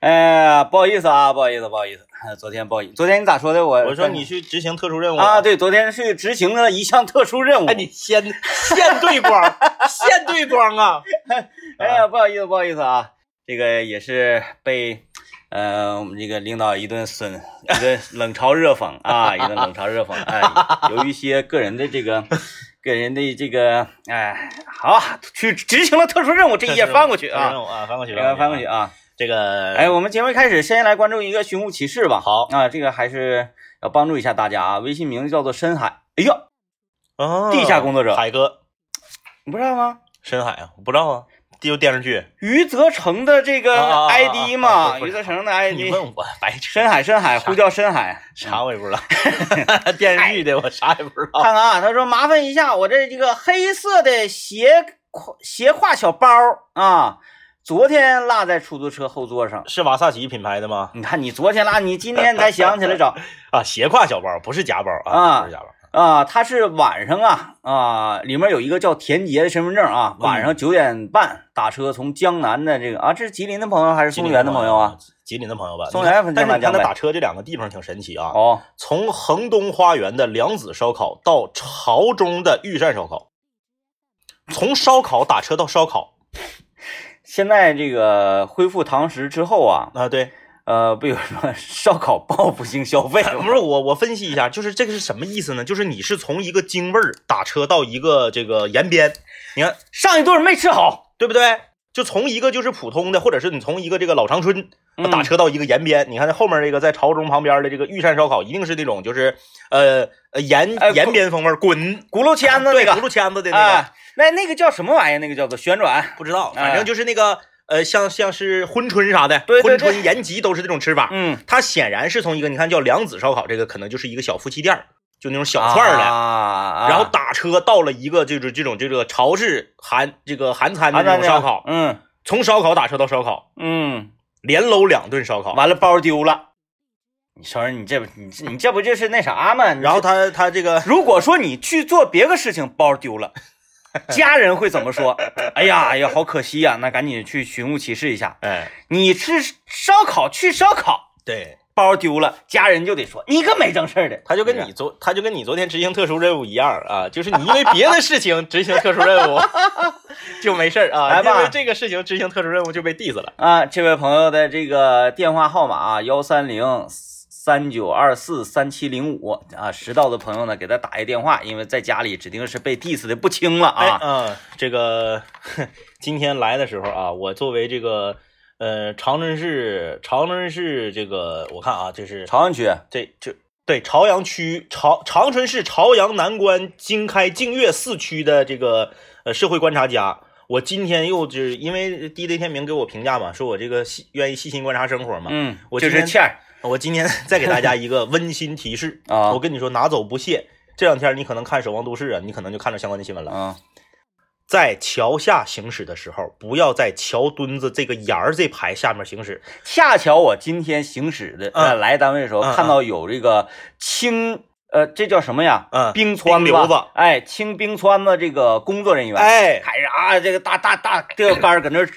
哎呀，不好意思啊，不好意思，不好意思， 昨天不好意思，昨天你咋说的？我我说你去执行特殊任务啊，，对，昨天是执行了一项特殊任务哎，。你先现对 光，现对光啊！哎呀，不好意思，不好意思啊，这个也是被呃我们这个领导一顿损， 一顿冷嘲热讽 啊，一顿冷嘲热讽。哎，由于一些个人的这个。个人的这个，哎，好，去执行了特殊任务，这一页翻过去特殊啊，任务啊，翻过去，这个翻过去。啊。这个，哎，，我们节目一开始先来关注一个寻呼启事吧。好啊，这个还是要帮助一下大家啊。微信名字叫做深海，哎呦，哦地下工作者海哥，你不知道吗？深海啊，我不知道啊，有电视剧。余则成的这个啊啊啊啊 ID 嘛，啊不是余则成的 你 ID，问我白痴，深海深海呼叫深海，嗯啥我也不知道， 电视剧的我啥也不知道。看看啊，他说麻烦一下，我这这个黑色的斜挎斜挎小包啊，昨天落在出租车后座上。是瓦萨奇品牌的吗？你看，你昨天落，你今天才想起来找啊，斜挎小包，不是夹包啊啊，不是夹包。啊，他是晚上啊啊，里面有一个叫田杰的身份证啊，嗯晚上九点半打车从江南的这个啊，这是吉林的朋友还是松原的朋友啊？，吉林的朋友吧。松原粉但是江南你江看他北打车这两个地方挺神奇啊。哦，从恒东花园的梁子烧烤到朝中的御膳烧烤，从烧烤打车到烧烤现在这个恢复堂食之后啊，啊，对，呃，不有说烧烤报复性消费不 吗？是我我分析一下，就是这个是什么意思呢？就是你是从一个京味儿打车到一个这个延边，你看上一顿没吃好，对不对？就从一个就是普通的，或者是你从一个这个老长春嗯打车到一个延边，你看这后面这个在朝中旁边的这个御膳烧烤，一定是那种就是呃呃延哎延边风味儿，滚轱辘签子那对个轱辘签子的那个。哎啊，那那个叫什么玩意儿？那个叫做旋转，不知道，哎反正就是那个、呃，像像是珲春啥的，对对珲对春、延吉都是这种吃法。嗯，它显然是从一个你看叫梁子烧烤，这个可能就是一个小夫妻店儿，就那种小串儿的。啊，然后打车到了一个就是这种这个潮式韩这个韩餐的这种烧烤，嗯从烧烤打车到烧烤，嗯，连搂两顿烧烤。完了包丢了，你说你这不你这你这不就是那啥吗？你这然后他他这个 如果说你去做别个事情，包丢 了，家人会怎么说？哎呀哎呀，好可惜呀、那赶紧去寻物启事一下。哎你吃烧烤去烧烤，对，包丢了，家人就得说你个没正事儿的。他就跟你昨他就跟你昨天执行特殊任务一样啊，就是你因为别的事情执行特殊任务就没事儿啊，来吧因为这个事情执行特殊任务就被 diss 了。啊，这位朋友的这个电话号码啊，幺三零三九二四三七零五啊，迟到的朋友呢，给他打一电话，因为在家里指定是被 diss 的不轻了哎，啊。嗯，这个 今天来的时候啊，我作为这个呃长春市长春市这个我看啊，这是朝阳区这这对朝阳区朝长春市朝阳南关经开净月四区的这个呃社会观察家。我今天又就是因为 DJ 天明给我评价嘛，说我这个细愿意细心观察生活嘛，嗯，我就今是天欠儿我今天再给大家 一个温馨提示啊我跟你说，拿走不谢。这两天你可能看《守望都市》啊，你可能就看到相关的新闻了。啊，在桥下行驶的时候，不要在桥墩子这个沿儿这排下面行驶。恰巧我今天行驶的呃嗯来单位的时候，嗯嗯看到有这个清呃这叫什么呀？嗯冰川冰瘤子哎，清冰川的这个工作人员，哎，开着啊，这个大大大钓竿儿搁那儿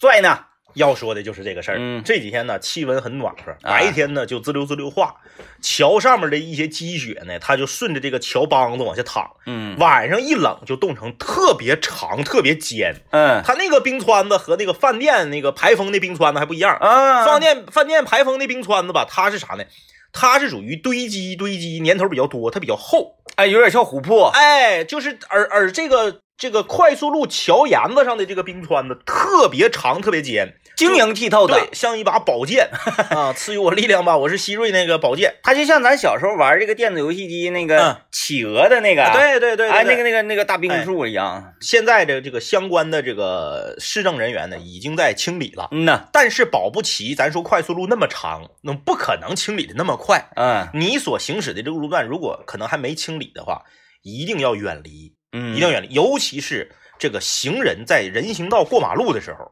拽呢。要说的就是这个事儿。嗯这几天呢，气温很暖和，白天呢就滋溜滋溜化，桥上面的一些积雪呢，它就顺着这个桥帮子往下淌。嗯晚上一冷就冻成特别长、特别尖。嗯它那个冰川子和那个饭店那个排风的冰川子还不一样。啊，饭店饭店排风的冰川子吧，它是啥呢？它是属于堆积堆积，年头比较多，它比较厚。哎，有点像琥珀。哎，就是而而这个这个快速路桥沿子上的这个冰川呢，特别长，特别尖，晶莹剔透对的，，像一把宝 剑啊，赐予我力量吧，我是希瑞那个宝剑。它就像咱小时候玩这个电子游戏机那嗯个企鹅的那个，，对对对，哎，对那个。那个那个大冰柱一样。现在的这个相关的这个市政人员呢，已经在清理了，嗯呐，但是保不齐，咱说快速路那么长，那不可能清理的那么快。嗯你所行驶的这个路段，如果可能还没清理的话，一定要远离。嗯，一定要远离，尤其是这个行人在人行道过马路的时候，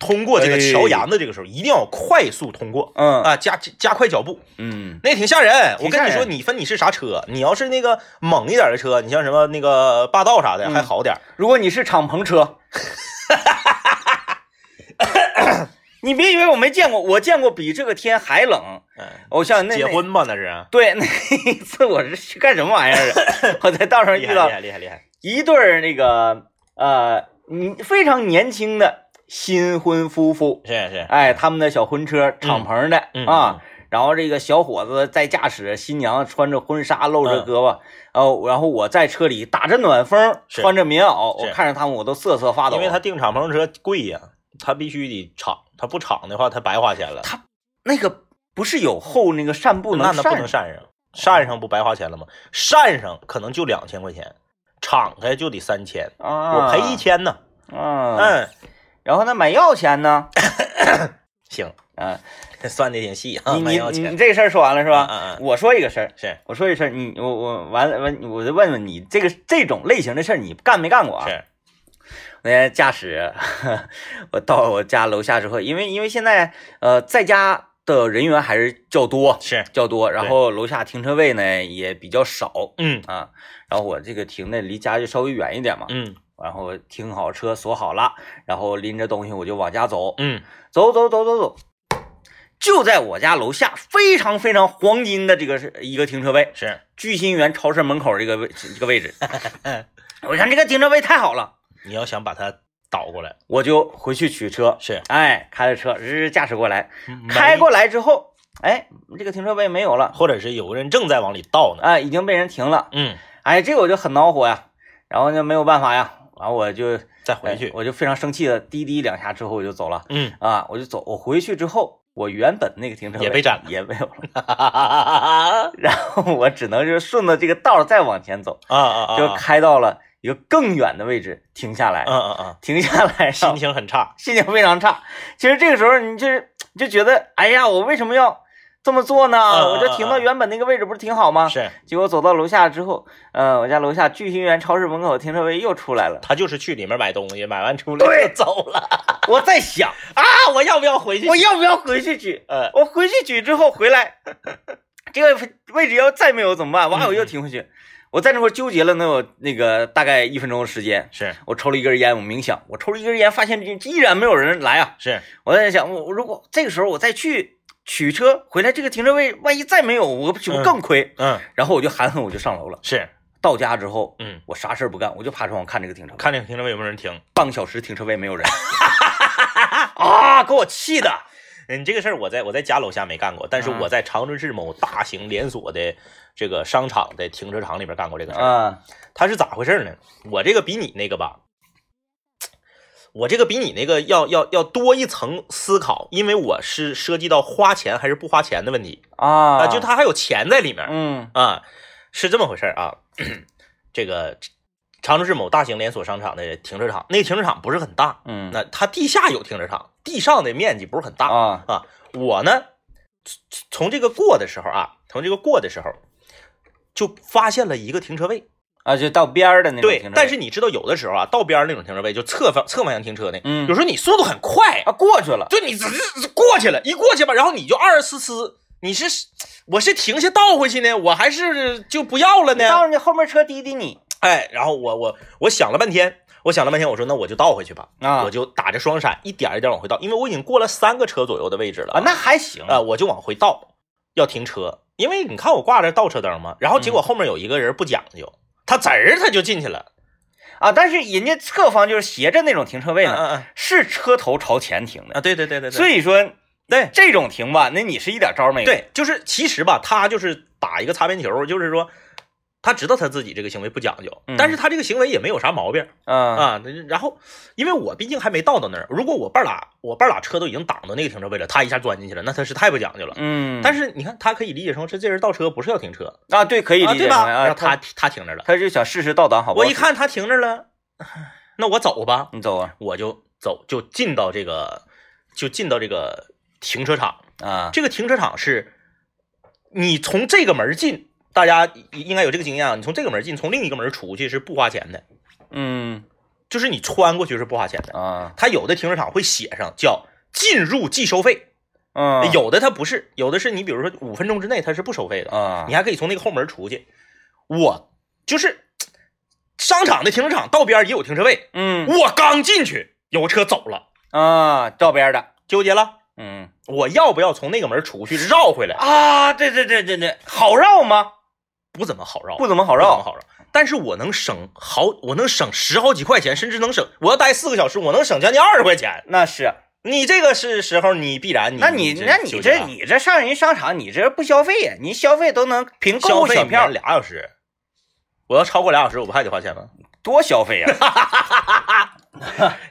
通过这个桥沿子这个时候，一定要快速通过嗯啊，加加快脚步，嗯那也挺吓人。我挺吓跟你人说，你分你是啥车，你要是那个猛一点的车，你像什么那个霸道啥的嗯还好点儿，如果你是敞篷车，你别以为我没见过，我见过比这个天还冷。嗯，我想那结那婚吧那是，对， 那一次我是去干什么玩意儿啊？ 我在道上厉遇害到厉害厉害厉害，一对儿那个呃，嗯非常年轻的新婚夫妇，是是，哎，他们的小婚车敞篷的、嗯啊，然后这个小伙子在驾驶，新娘穿着婚纱露着嗯胳膊，哦，然后我在车里打着暖风，是穿着棉袄，是我看着他们我都瑟瑟发抖。因为他订敞篷车贵呀，他必须得敞，他不敞的话他白花钱了，那个不是有后那个扇布那能那不扇能扇上，扇上不白花钱了吗？扇上可能就两千块钱，敞开就得三千，啊，我赔一千呢，啊，，嗯，然后那买药钱 呢？行， 嗯，算的挺细啊，你 蛮你要你钱，这个事儿说完了是吧？嗯嗯嗯我说一个事儿，是我说一事儿，你我我完了完，我就问问你，这个这种类型的事儿你干没干过啊？是，那天驾驶， 我到我家楼下之后，因为因为现在呃在家的人员还是较多是，较多，然后楼下停车位呢也比较少嗯啊，然后我这个停的离家就稍微远一点嘛，嗯然后停好车锁好了，然后拎着东西我就往家走，嗯，走走走走走，就在我家楼下非常非常黄金的这个是一个停车位，是，聚鑫园超市门口这个位这个位置，我看这个停车位太好了，你要想把它倒过来，我就回去取车。是哎，开着车日驾驶过来，万开一过来之后，哎，这个停车位没有了，或者是有个人正在往里倒呢。啊，已经被人停了。嗯，哎，这个我就很恼火呀，然后就没有办法呀，完我就再回去哎。我就非常生气的滴滴两下之后我就走了 嗯，啊，我就走，我回去之后，我原本那个停车位也被占了也没有了，啊啊然后 我只能就是顺着这个道儿再往前走，啊啊！就开到了一个更远的位置停下来。嗯嗯嗯，停下来，心情很差。心情非常差。其实这个时候你就是你就觉得，哎呀，我为什么要这么做呢？嗯嗯我就停到原本那个位置不是挺好吗？是结果走到楼下之后，呃，我家楼下聚鑫园超市门口停车位又出来了。他就是去里面买东西，买完出来就走了我在 想，啊！我要不要回去？我要不要回去取？呃，我回去取之后回来，这个位置要再没有怎么办？哇，嗯我又停回去。我在那块儿纠结了能有那个大概一分钟的时间，是我抽了一根烟，我冥想，我抽了一根烟，发现依然没有人来啊。是，我在想，我我如果这个时候我再去取车回来，这个停车位万一再没有，我岂不嗯更亏？嗯然后我就含恨，我就上楼了。是，到家之后，嗯，我啥事儿不干，我就爬窗户看这个停车位，看这个停车位有没有人停。半个小时停车位没 有人，啊，给我气的。嗯，这个事儿我在我在家楼下没干过，但是嗯我在长春市某大型连锁的这个商场的停车场里边干过这个事儿。啊，它是咋回事呢？我这个比你那个吧，我这个比你那个要要要多一层思考，因为我是涉及到花钱还是不花钱的问题啊、啊，就，它还有钱在里面嗯啊，是这么回事儿啊。这个长春市某大型连锁商场的停车场，那个停车场不是很大，嗯，那它地下有停车场，地上的面积不是很大啊，啊，我呢，从从这个过的时候啊，从这个过的时候，就发现了一个停车位。啊，就到边儿的那种停车对位，，但是你知道，有的时候啊，道边儿那种停车位，就侧方侧方向停车的，嗯有时候你速度很快，啊过去了，就你只是过去了，一过去吧，然后你就二二呲呲，你是我是停下倒回去呢，我还是就不要到了呢？人家后面车滴滴你哎，然后我我我想了半天，我想了半天，我说那我就倒回去吧，啊我就打着双闪一点儿一点儿往回倒，因为我已经过了三个车左右的位置了啊，那还行啊、我就往回倒，要停车，因为你看我挂着倒车灯嘛，然嗯后结果后面有一个人不讲究，他滋儿他就进去了，啊，但是人家侧方就是斜着那种停车位嗯呢，嗯嗯是车头朝前停的啊，，对对对对对，所以说对这种停吧，那你是一点招儿没有。，对，就是其实吧，他就是打一个擦边球，就是说他知道他自己这个行为不讲究，嗯但是他这个行为也没有啥毛病嗯啊。然后，因为我毕竟还没到到那儿，如果我半拉我半拉车都已经挡到那个停车位了，他一下钻进去了，那他是太不讲究了。嗯，但是是你看，他可以理解成这这人倒车不是要停车，啊，对，可以啊理解对吧？成啊然后他他他停那儿了，他就想试试倒档好不好我一看他停那儿了，那我走吧，你走啊我就走，就进到这个就进到这个停车场。啊，这个停车场是，你从这个门儿进，大家应该有这个经验啊。你从这个门儿进，从另一个门儿出去是不花钱的，嗯就是你穿过去是不花钱的。啊，它有的停车场会写上叫进入即收费，嗯哎有的它不是，有的是你比如说五分钟之内它是不收费的，啊你还可以从那个后门出去。我就是商场的停车场道边儿也有停车位，嗯我刚进去有车走了，啊，照边的纠结了，嗯我要不要从那个门出去绕回来？啊，对对对对对，好绕吗？不怎么好绕，不怎么好好绕，绕，好绕。啊但是我能省好，我能省十好几块钱，甚至能省。我要待四个小时，我能省将近二十块钱。那是。你这个是时候，你必然你那你那你纠结这啊你这上人商场，你这不消费呀？你消费都能凭购消物费小免票俩小时，我要超过俩小时，我不还得花钱吗？多消费啊呀？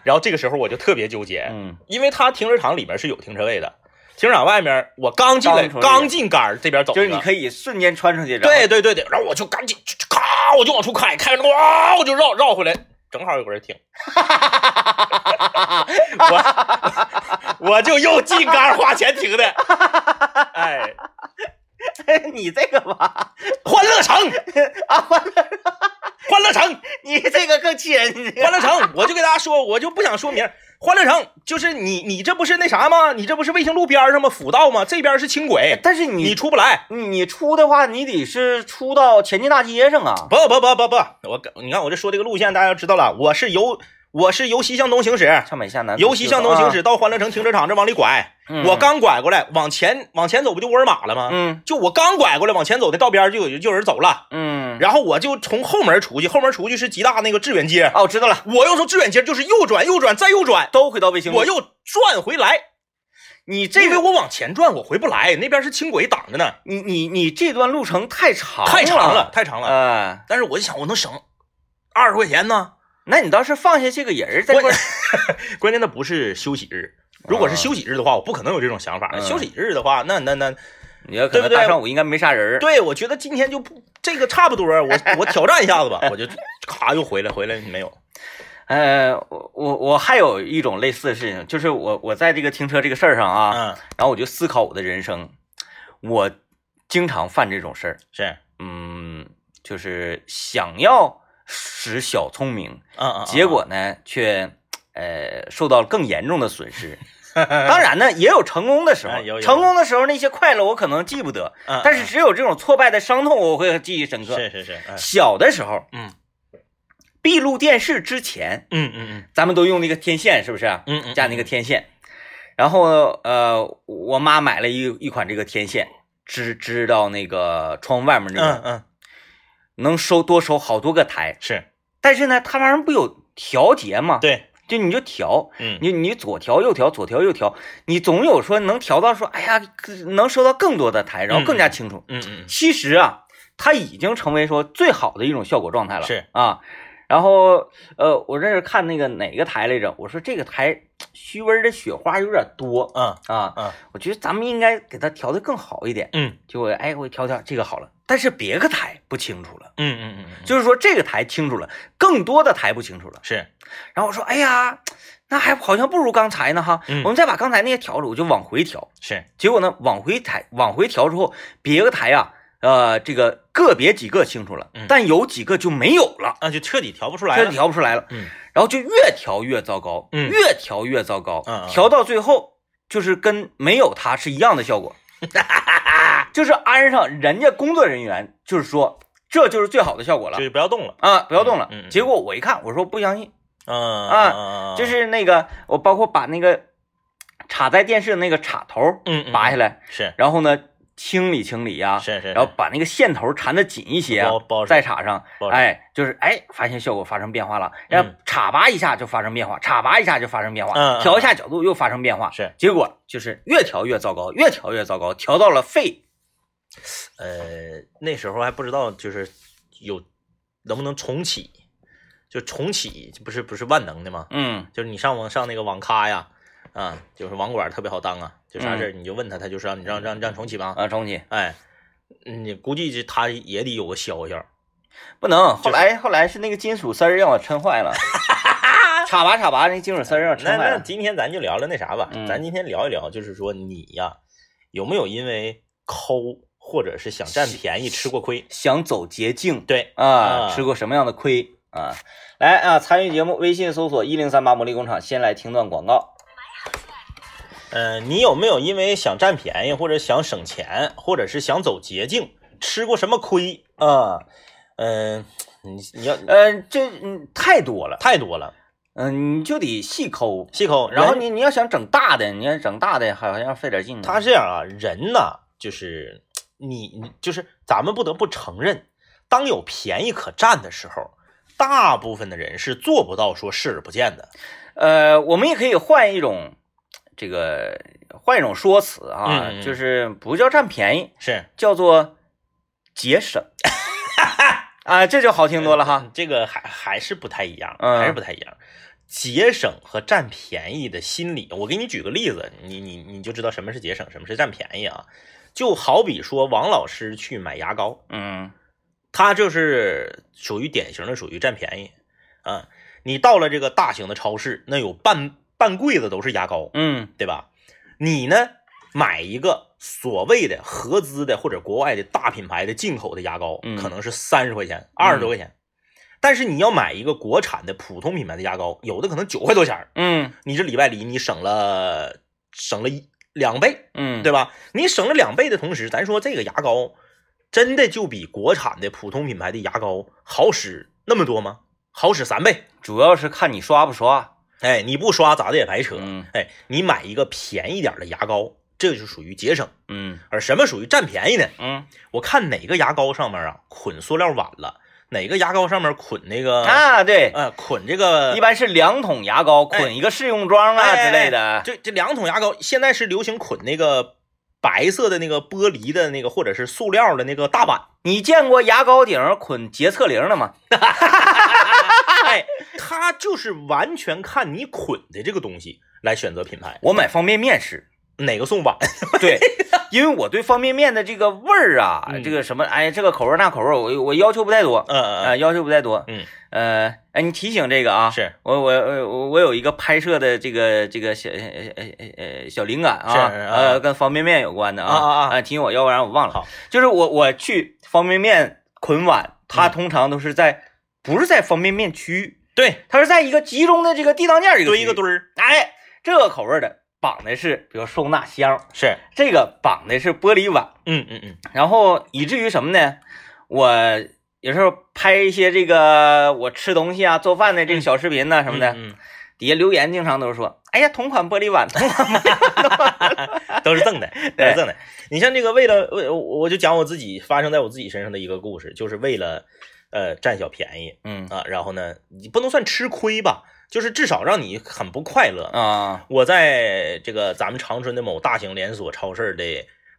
然后这个时候我就特别纠结， 嗯，因为他停车场里边是有停车位的，停车场外面我刚进来，刚出去刚进杆儿这边走一就个，是你可以瞬间穿出去，然后对对对对，然后我就赶紧咔，我就往出开，开完哇，我就绕绕回来，正好有个人停，我我 就又进杆儿花钱停的，哎， 你这个吧，欢乐城 啊，欢乐欢乐城你这个更气人。你这欢乐城，我就给大家说，我就不想说名儿。欢乐城就是你，你这不是那啥吗？你这不是卫星路边儿上吗？辅道吗？这边儿是轻轨，但是你你出不来。你你出的话，你得是出到前进大街上啊。不不不不不，我你看我这说这个路线，大家知道了，我是由我是由西向东行驶，上北下南，由西向东行驶到欢乐城停车场这往里拐，啊嗯我刚拐过来，往前往前走不就沃尔玛了吗？嗯就我刚拐过来，往前走的道边儿就有就有人走了，嗯，然后我就从后门出去，后门出去是吉大那个致远街，哦，我知道了，我又从致远街就是右转右转再右转，都回到卫星路。我又转回嗯来。你因这为个我往前转，我回不来，那边是轻轨挡着呢，你你你这段路程太长太长了了，，太长了。哎，但是我就想，我能省二十块钱呢。那你倒是放下这个人儿在关这儿， 啊关键它不是休息日，如果是休息日的话，我不可能有这种想法。嗯休息日的话，那那那，你要可对不能对大上午应该没啥人儿。对我觉得今天就不这个差不多，我我挑战一下子吧，我就咔又回来，回来没有。呃，我我我还有一种类似的事情，就是我我在这个停车这个事儿上啊，嗯，然后我就思考我的人生，我经常犯这种事儿，是，嗯，就是想要使小聪明，嗯嗯。结果呢却呃受到了更严重的损失。当然呢，也有成功的时候哎有有，成功的时候那些快乐我可能记不得，嗯，但是只有这种挫败的伤痛我会记忆深刻。是是是，小的时候，嗯闭路电视之前，嗯嗯咱们都用那个天线，是不是啊？嗯嗯，架那个天线。然后呃，我妈买了一一款这个天线，支支到那个窗户外面那嗯个，嗯能收多收好多个台。是但是呢，它玩意儿不有调节吗？，对，就你就调，嗯你你左调右调，左调右调，你总有说能调到说，哎呀，能收到更多的台，然后更加清楚。嗯嗯其实啊，它已经成为说最好的一种效果状态了。是啊，然后呃，我这是看那个哪个台来着，我说这个台虚温的雪花有点多嗯啊，嗯我觉得咱们应该给它调的更好一点。嗯就我哎，我调调这个好了，但是别个台不清楚了。嗯嗯嗯，就是说这个台清楚了，更多的台不清楚了。是。然后我说，哎呀，那还好像不如刚才呢哈。嗯我们再把刚才那些调了，我就往回调。是，结果呢，往回抬，往回调之后，别个台呀、呃，这个个别几个清楚了，嗯但有几个就没有了，那就彻底调不出来这了。调不出来了。嗯，然后就越调越糟糕，嗯越调越糟糕，嗯嗯调到最后就是跟没有它是一样的 效果，就是安上人家工作人员就是说这就是最好的效果了就是不要动了。啊，不要动了。嗯嗯嗯结果我一看，我说不相信，嗯啊就是那个我包括把那个插在电视的那个插头嗯嗯拔下来，是然后呢清理清理呀、是是，然后把那个线头缠得紧一些啊包包，上再插上包，上哎，就是哎，发现效果发生变化了，然后嗯插拔一下就发生变化，插拔一下就发生变嗯化，嗯调一下角度又发生变化，是结果就是越调越糟糕，越调越糟糕，调到了肺，呃那时候还不知道就是有能不能重启，就重启不是不是万能的吗？嗯就是你上网上那个网咖呀，啊，就是网管特别好当啊，就啥事儿嗯你就问他，他就说让你让让让重启吧，啊，重启哎。你估计这他也得有个消消，不能，后来后来是那个金属丝儿让我抻 坏了，插拔插拔那金属丝儿让我抻那坏那了，今天咱就聊聊那啥吧，嗯咱今天聊一聊，就是说你呀，有没有因为抠或者是想占便宜吃过亏？想走捷径对，啊啊，吃过什么样的亏啊？来啊，参与节目，微信搜索一零三八魔力工厂，先来听段广告。呃，你有没有因为想占便宜，或者想省钱，或者是想走捷径，吃过什么亏啊？嗯、你你要嗯，这嗯太多了。太多了，嗯，你就得细抠。细抠。然然后后你你要想整大的，你要整大的好像费点劲呢。他是这样啊，人呐，就是你你就是咱们不得不承认，当有便宜可占的时候，大部分的人是做不到说视而不见的。呃，我们也可以换一种这个换一种说辞啊，嗯嗯就是不叫占便宜，是叫做节省。啊，这就好听多了哈。哎这个还还是不太一样，嗯还是不太一样。节省和占便宜的心理，我给你举个例子，你你你就知道什么是节省，什么是占便宜啊。就好比说王老师去买牙膏，嗯他就是属于典型的属于占便宜啊。你到了这个大型的超市，那有半半柜子都是牙膏，嗯对吧？你呢买一个所谓的合资的或者国外的大品牌的进口的牙膏，嗯可能是三十块钱、二十多块钱，但是你要买一个国产的普通品牌的牙膏，有的可能九块多钱儿嗯你这里外里你省了省了一两倍，嗯，对吧？你省了两倍的同时，咱说这个牙膏真的就比国产的普通品牌的牙膏好使那么多吗？好使三倍。主要是看你刷不刷。哎，你不刷咋的也白扯。嗯哎，你买一个便宜点的牙膏，这就属于节省。嗯而什么属于占便宜呢？嗯我看哪个牙膏上面啊捆塑料碗了，哪个牙膏上面捆那个，啊，对，呃，捆这个一般是两桶牙膏捆一个试用装啊哎之类的。这这两桶牙膏现在是流行捆那个白色的那个玻璃的那个或者是塑料的那个大碗。你见过牙膏顶上捆洁厕灵的吗？啊哎，它就是完全看你捆的这个东西来选择品牌，我买方便面 吃，哪个送碗。对，因为我对方便面的这个味儿啊，嗯这个什么，哎，这个口味儿那口味儿，我我要求不太多，嗯嗯呃，要求不太多。嗯，呃，哎，你提醒这个啊，嗯，是我我我我我有一个拍摄的这个这个小呃呃呃呃小灵感啊，是是啊呃，跟方便面有关的啊啊啊啊，提醒我，要不然我忘了好。就是我我去方便面捆碗，嗯它通常都是在不是在方便面区域，对，它是在一个集中的这个地当间儿一个堆一个区域堆儿，哎，这个口味儿的绑的是比如收纳箱。是，这个绑的是玻璃碗，嗯嗯嗯，然后以至于什么呢？我有时候拍一些这个我吃东西啊、做饭的这个小视频呐、什么的，嗯，嗯底下留言经常都说：“哎呀，同款玻璃碗，同哎款玻璃碗。都是赠的，都是赠的。你像这个，为了为我我就讲我自己发生在我自己身上的一个故事，就是为了呃占小便宜”嗯啊，然后呢，你不能算吃亏吧，就是至少让你很不快乐。啊，我在这个咱们长春的某大型连锁超市的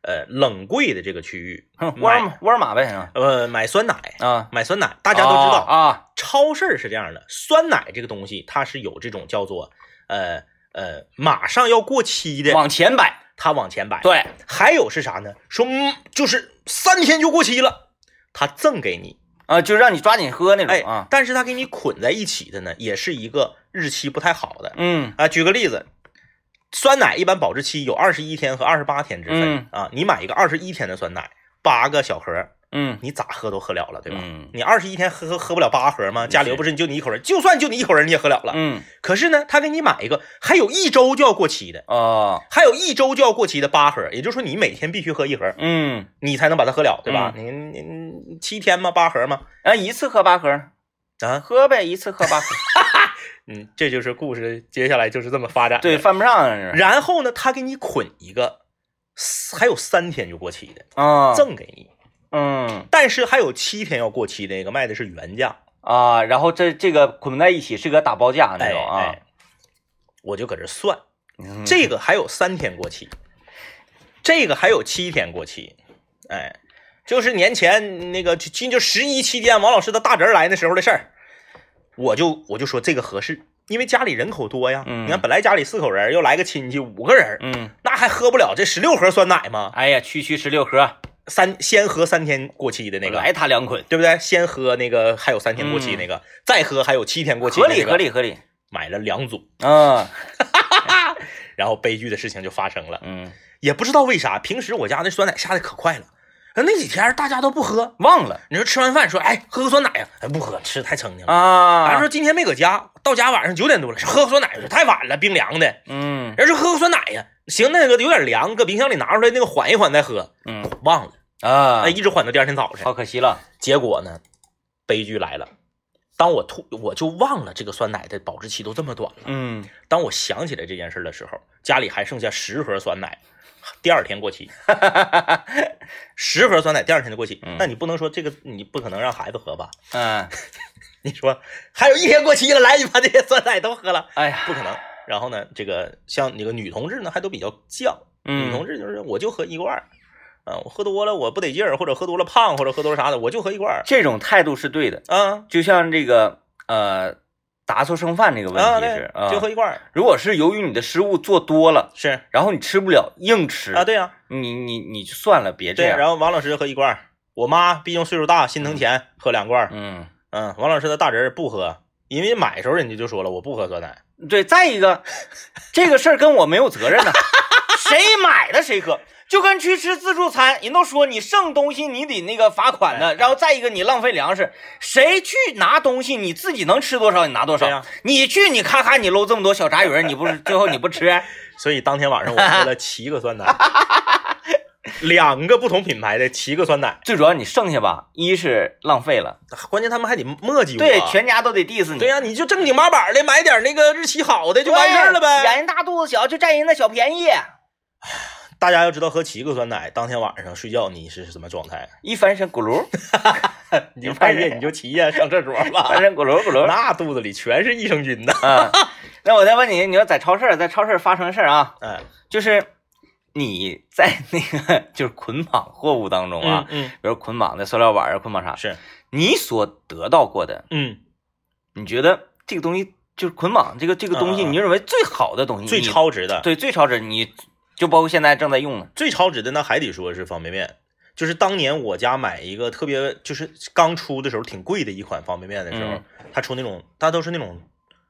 呃冷柜的这个区域哼沃尔嗯买玛沃尔玛呗啊呃买酸奶，啊，买酸奶，大家都知道，啊超市是这样的，酸奶这个东西它是有这种叫做呃呃马上要过期啊，的，往前摆，它往前摆。，对，还有是啥呢？说嗯就是三天就过期了，它赠给你，啊，就让你抓紧喝那哎种，啊，但是它给你捆在一起的呢，也是一个日期不太好的嗯啊。举个例子。酸奶一般保质期有二十一天和二十八天之分、嗯啊，你买一个二十一天的酸奶，八个小盒，嗯你咋喝都喝了了，对吧？嗯你二十一天喝喝喝不了八盒吗？家里又不是就你一口人，就算就你一口人，你也喝了了。嗯可是呢，他给你买一个还有一周就要过期的，哦还有一周就要过期的八盒，也就是说你每天必须喝一盒，嗯，你才能把它喝了，对吧？你你你七天吗？八盒吗？啊，一次喝八盒，啊，喝呗，一次喝八盒，嗯，这就是故事，接下来就是这么发展。 对，，犯不上啊这是然后呢，他给你捆一个，还有三天就过期的，啊，赠给你，嗯。但是还有七天要过期的那个卖的是原价，啊，然后这这个捆在一起是个打包价那哎种啊哎，我就搁这算，嗯这个还有三天过期，这个还有七天过期，哎，就是年前那个就今就十一期间，王老师的大侄儿来那时候的事儿，我就我就说这个合适，因为家里人口多呀，嗯你看本来家里四口人，又来个亲戚五个人，嗯，那还喝不了这十六盒酸奶吗？哎呀，区区十六盒，三先喝三天过期的那个，来他两捆，对不对？先喝那个还有三天过期那个，再喝还有七天过期、合那理个，合，理合理，买了两组，嗯 然后悲剧的事情就发生了。嗯，也不知道为啥，平时我家那酸奶下的可快了，呃那几天大家都不喝。忘了你说吃完饭说，哎，喝个酸奶呀、哎，不喝，吃太撑挺了。完、啊说，今天没搁家，到家晚上九点多了，说喝个酸奶说太晚了，冰凉的。嗯人说喝个酸奶呀，行，那个有点凉，搁冰箱里拿出来，那个缓一缓再喝。嗯忘了，啊哎，，一直缓到第二天早晨。好可惜了，结果呢，悲剧来了，当我突我就忘了这个酸奶的保质期都这么短了。嗯，当我想起来这件事的时候，家里还剩下十盒酸奶，第二天 过期，十盒酸奶第二天就过期。那你不能说这个你不可能让孩子喝吧？嗯，你说还有一天过期了，来你把这些酸奶都喝了，哎呀，不可能。然后呢，这个像那个女同志呢，还都比较犟，女同嗯，志就是我就喝一罐儿，啊，我喝多了我不得劲儿，或者喝多了胖，或者喝多了啥的，我就喝一罐儿这种态度是对的，啊就像这个呃，打错剩饭这个啊，问题对是，啊，就喝一罐儿如果是由于你的失误做多了，是然后你吃不了，硬吃啊，，对呀、你你你就算了，别这对。样。然后王老师喝一罐儿，我妈毕竟岁数大，心疼钱，喝两罐儿。嗯，嗯，王老师的大侄儿不喝，因为买的时候人家就说了，我不喝酸奶。对，再一个，这个事儿跟我没有责任呢，谁买的谁喝，就跟去吃自助餐，人都说你剩东西你得那个罚款哎呢，然后再一个你浪费粮食，谁去拿东西你自己能吃多少你拿多对少呀，你去你咔咔你搂这么多小炸鱼儿，你不是最后你不吃？所以当天晚上我喝了七个酸 奶，两个不同品牌的七个酸奶， 最主要你剩下吧，一是浪费了，关键他们还得墨迹我。对，全家都得 diss 你。对呀、你就正经八百的买点那个日期好的就对完事儿了呗。眼睛大肚子小就占人的小便宜，大家要知道，喝七个酸奶，当天晚上睡觉你是什么状态？一翻身咕 噜，你就半夜你就起夜上厕所吧，翻身咕噜咕噜。 那肚子里全是益生菌呐。啊， 那我再问你，你要在超市，在超市发生的事儿啊，哎，就是你在那个就是捆绑货物当中啊，嗯，比如捆绑的塑料碗啊，捆绑啥，是，你所得到过的，嗯，你觉得这个东西就是捆绑这个这个东西，嗯嗯嗯你认为最好的东西，嗯最你超值的，对最超值，你就包括现在正在用的，最超值的那还得说是方便面。就是当年我家买一个特别，就是刚出的时候挺贵的一款方便面的时候嗯，它出那种，它都是那种，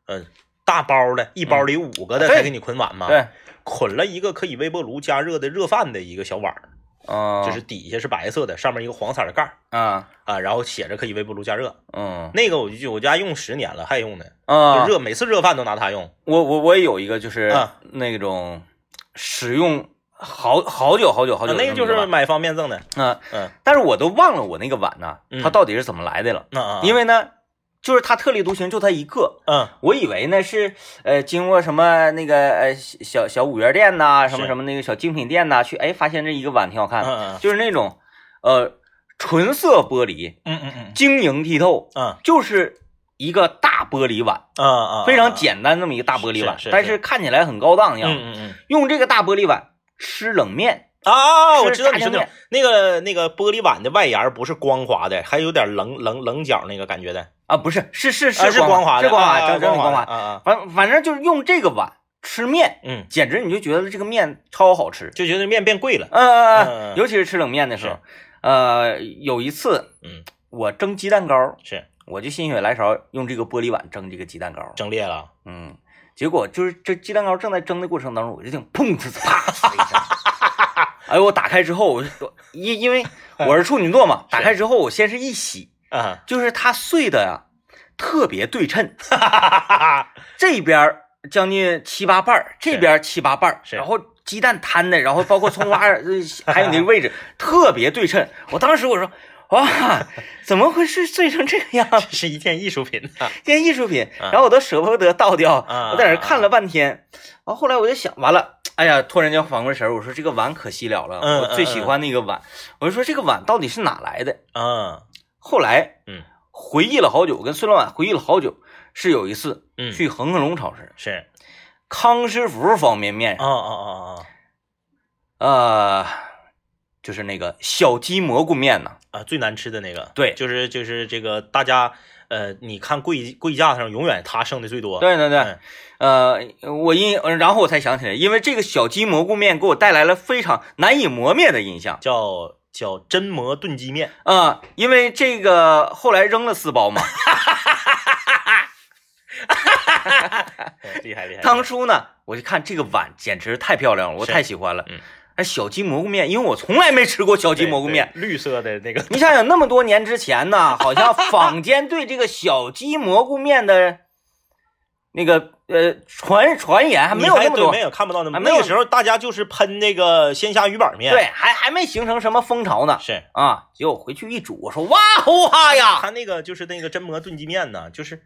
呃，大包的，一包里五个的啊才对给你捆满嘛。，对，捆了一个可以微波炉加热的热饭的一个小碗儿，嗯，就是底下是白色的，上面一个黄色的盖儿啊，啊，然后写着可以微波炉加热。嗯那个我就我家用十年了，还用呢，就啊，热每次热饭都拿它用。我我我也有一个就是啊那种使用好好久好久好啊久的那么一个个就是碗买方便赠的，嗯，嗯，但是我都忘了我那个碗呢嗯，它到底是怎么来的了。那啊，因为为呢，就是它特立独行，就它一个。嗯我以为呢是呃，经过什么那个呃小小五元店呐、什么是什么那个小精品店呐、去哎发现这一个碗挺好看，嗯嗯就是那种呃纯色玻璃，嗯嗯嗯晶莹剔透，嗯就是一个大玻璃碗，嗯嗯，非常简单这么一个大玻璃碗，是是但是是看起来很高档的样子。嗯嗯嗯用这个大玻璃碗吃冷面，啊，是我知道你炸说酱那面种那个那个玻璃碗的外沿儿不是光滑的，还有点棱棱棱角那个感觉的，啊，不是，是是啊是光滑的，是光啊滑，啊整整体光光滑的。啊啊，反反正就是用这个碗吃面，嗯，简直你就觉得这个面超好吃。就觉得面变贵了，嗯嗯嗯嗯嗯，尤其是吃冷面的时候，呃，有一次，嗯，我蒸鸡蛋糕，是我就心血来潮用这个玻璃碗蒸这个鸡蛋糕，整裂了，嗯，结果就是这鸡蛋糕正在蒸的过程当中，我就听砰呲呲啪呲一 声，哎呦，我打开之后，我就我因因为我 是处女座嘛，打开之后我先是一洗，啊 就是它碎的呀，特别对称，哈哈哈，这边儿将近七八瓣儿，这边儿七八瓣儿，是然后鸡蛋摊的，然后包括葱花儿， 呃还有你的位置特别对称。我当时我说，哇，怎么会是碎成这个样？这是一件艺术品 啊，这艺术品，啊然后我都舍不得倒掉，啊我在那儿看了半天，然后后来我就想，完了。哎呀！突然间反过神儿，我说这个碗可惜了了，嗯我最嗯喜嗯欢那个碗。我就说这个碗到底是哪来的？啊嗯后来，嗯，回忆了好久，我跟孙老板回忆了好久，是有一次嗯，去恒隆超市，是康师傅方便面啊，啊啊啊呃，就是那个小鸡蘑菇面呐，啊，最难吃的那个，对就是就是这个大家，呃，你看柜柜架上永远它剩的最多，对对对嗯，呃，我因呃然后我才想起来，因为这个小鸡蘑菇面给我带来了非常难以磨灭的印象叫叫榛蘑炖鸡面，啊、因为这个后来扔了四包 嘛，嗯厉害厉害，当初呢，我就看这个碗简直太漂亮了，我是太喜欢了，嗯，哎，小鸡蘑菇面，因为我从来没吃过小对鸡蘑菇面，，对绿色的 那个，你想想，那么多年之前呢，好像坊间对这个小鸡蘑菇面的那个呃传传言还没有你还那么对多没，有看不到那么还没那有个时候大家就是喷那个鲜虾鱼板面，对，还还没形成什么风潮呢是啊！结果回去一煮，我说哇呼哈哎呀，他那个就是那个榛蘑炖鸡面呢，就是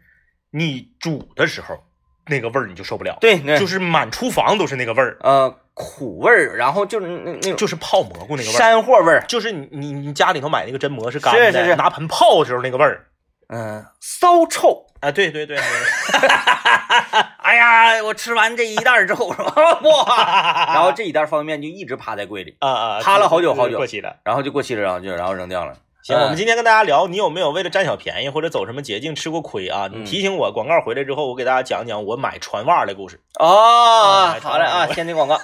你煮的时候那个味儿你就受不了，对，那就是满厨房都是那个味儿，呃苦味儿，然后就是那那种就是泡蘑菇那个味儿，山货味儿，就是你你你家里头买那个榛蘑是干的，是是是拿盆泡的时候那个味儿嗯、骚臭。啊，对 对对，哎呀，我吃完这一袋儿之后，我 说哇，然后这一袋儿方便面就一直趴在柜里，啊啊，趴了好久好久过期了。然后就过期了，然后就然后扔掉了。行，嗯我们今天跟大家聊，你有没有为了占小便宜或者走什么捷径吃过亏啊？你嗯提醒我，广告回来之后，我给大家讲讲我买船袜的故事。哦哎，好嘞啊，传先听广告。